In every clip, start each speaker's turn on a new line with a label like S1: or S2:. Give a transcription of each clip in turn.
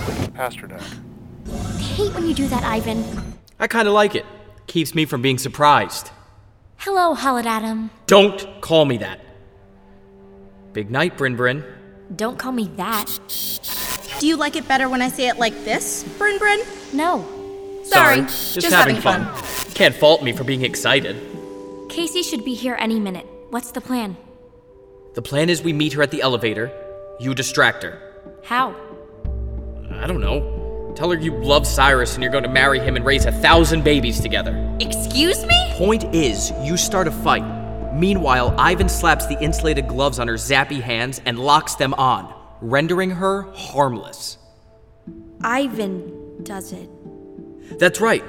S1: Pasternak.
S2: I hate when you do that, Ivan.
S3: I kind of like it. Keeps me from being surprised.
S2: Hello, Holodadam.
S3: Don't call me that. Big night, Bryn Bryn.
S2: Don't call me that.
S4: Do you like it better when I say it like this, Bryn Bryn?
S2: No.
S4: Sorry,
S3: Just, having, fun. Can't fault me for being excited.
S2: Casey should be here any minute. What's the plan?
S3: The plan is we meet her at the elevator. You distract her.
S2: How?
S3: I don't know. Tell her you love Cyrus and you're going to marry him and raise a thousand babies together.
S4: Excuse me?
S3: Point is, you start a fight. Meanwhile, Ivan slaps the insulated gloves on her zappy hands and locks them on, rendering her harmless.
S2: Ivan does it.
S3: That's right.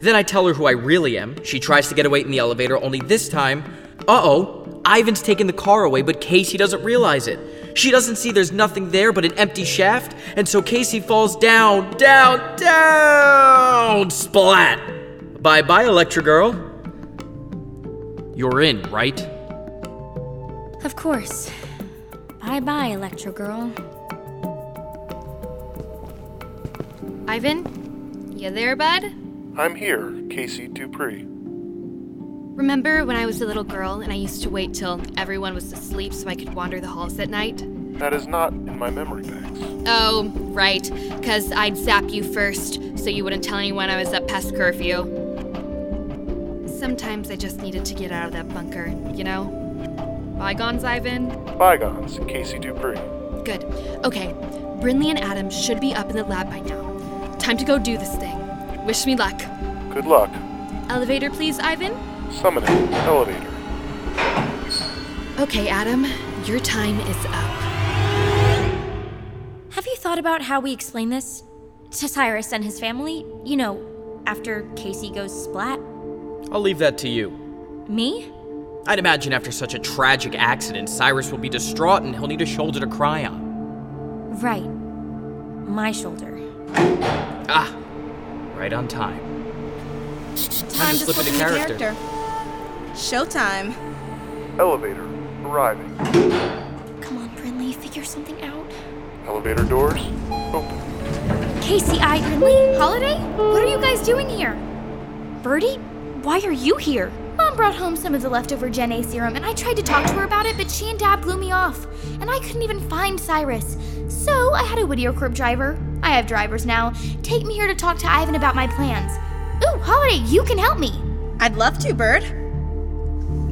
S3: Then I tell her who I really am. She tries to get away in the elevator, only this time, uh oh, Ivan's taken the car away, but Casey doesn't realize it. She doesn't see there's nothing there but an empty shaft, and so Casey falls down, down, down! Splat! Bye bye, Electra Girl. You're in, right?
S2: Of course. Bye bye, Electro Girl.
S5: Ivan? You there, bud?
S1: I'm here, Casey Dupree.
S5: Remember when I was a little girl and I used to wait till everyone was asleep so I could wander the halls at night?
S1: That is not in my memory banks.
S5: Oh, right, because I'd zap you first so you wouldn't tell anyone I was up past curfew. Sometimes I just needed to get out of that bunker, you know? Bygones, Ivan?
S1: Bygones, Casey Dupree.
S5: Good. Okay, Brinley and Adam should be up in the lab by now. Time to go do this thing. Wish me luck.
S1: Good luck.
S5: Elevator, please, Ivan?
S1: Summoning elevator.
S5: Okay, Adam, your time is up.
S2: Have you thought about how we explain this? To Cyrus and his family? You know, after Casey goes splat?
S3: I'll leave that to you.
S2: Me?
S3: I'd imagine after such a tragic accident, Cyrus will be distraught and he'll need a shoulder to cry on.
S2: Right. My shoulder.
S3: Ah, right on time.
S4: Time to slip into character. Showtime.
S1: Elevator arriving.
S2: Come on, Brinley, figure something out.
S1: Elevator doors open.
S2: Casey, I. Brinley?
S6: Holiday? What are you guys doing here?
S2: Birdie? Why are you here?
S6: Mom brought home some of the leftover Gen A serum, and I tried to talk to her about it, but she and Dad blew me off. And I couldn't even find Cyrus. So I had a Whittier Corp driver. I have drivers now. Take me here to talk to Ivan about my plans. Ooh, Holiday, you can help me.
S4: I'd love to, Bird.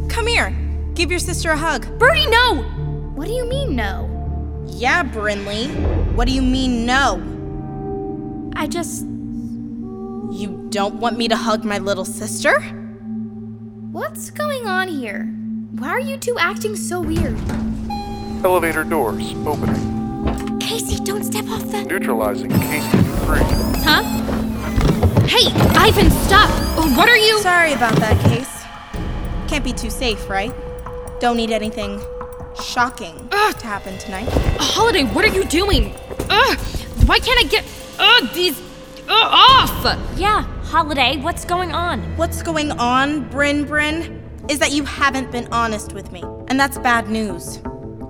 S4: Come here. Give your sister a hug.
S6: Birdie, no! What do you mean, no?
S4: Yeah, Brinley. What do you mean, no?
S2: I just.
S4: You don't want me to hug my little sister?
S6: What's going on here? Why are you two acting so weird?
S1: Elevator doors opening.
S2: Casey, don't step off the.
S1: Neutralizing Casey Dupree.
S5: Huh? Hey, Ivan, stop! What are you?
S4: Sorry about that, Case. Can't be too safe, right? Don't need anything shocking to happen tonight.
S5: Holiday, what are you doing? Ugh! Why can't I get ugh these ugh, off?
S2: Yeah, Holiday, what's going on?
S4: What's going on, Bryn Bryn, is that you haven't been honest with me. And that's bad news.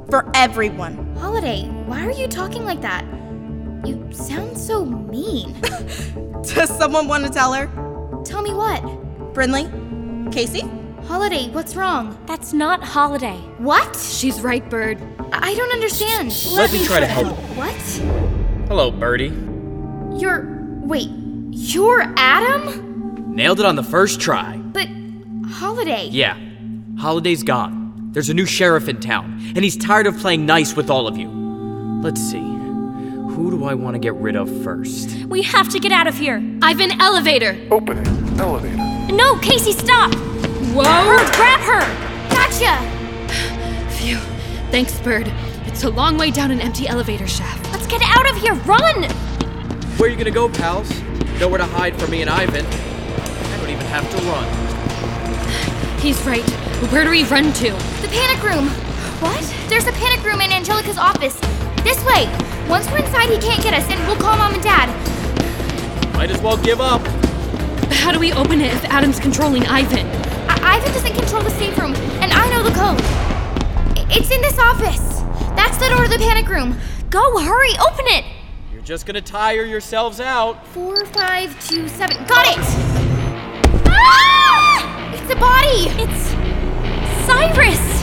S4: For everyone.
S6: Holiday, why are you talking like that? You sound so mean.
S4: Does someone want to tell her?
S6: Tell me what?
S4: Brinley? Casey?
S6: Holiday, what's wrong?
S2: That's not Holiday.
S6: What?
S5: She's right, Bird.
S6: I I don't understand.
S3: Let me try to help.
S6: What?
S3: Hello, Birdie.
S6: You're. Wait, you're Adam?
S3: Nailed it on the first try.
S6: But. Holiday.
S3: Yeah. Holiday's gone. There's a new sheriff in town, and he's tired of playing nice with all of you. Let's see. Who do I want to get rid of first?
S2: We have to get out of here.
S5: Ivan, elevator.
S1: Opening elevator.
S2: No, Casey, stop!
S5: Whoa.
S2: Bird, grab her!
S6: Gotcha!
S5: Phew. Thanks, Bird. It's a long way down an empty elevator shaft.
S2: Let's get out of here! Run!
S3: Where you gonna go, pals? Nowhere to hide from me and Ivan. I don't even have to run.
S5: He's right. Where do we run to?
S6: The panic room! What? There's a panic room in Angelica's office. This way! Once we're inside, he can't get us, and we'll call Mom and Dad.
S3: Might as well give up.
S5: How do we open it if Adam's controlling Ivan?
S6: I- Ivan doesn't control the safe room, and I know the code. I- It's in this office! That's the door to the panic room!
S2: Go, hurry, open it!
S3: You're just gonna tire yourselves out.
S6: Four, five, two, seven. Got it! Ah! It's a body!
S2: It's Cyrus!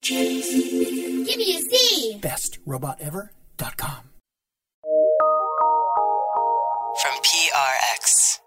S6: Give me a C!
S7: From PRX.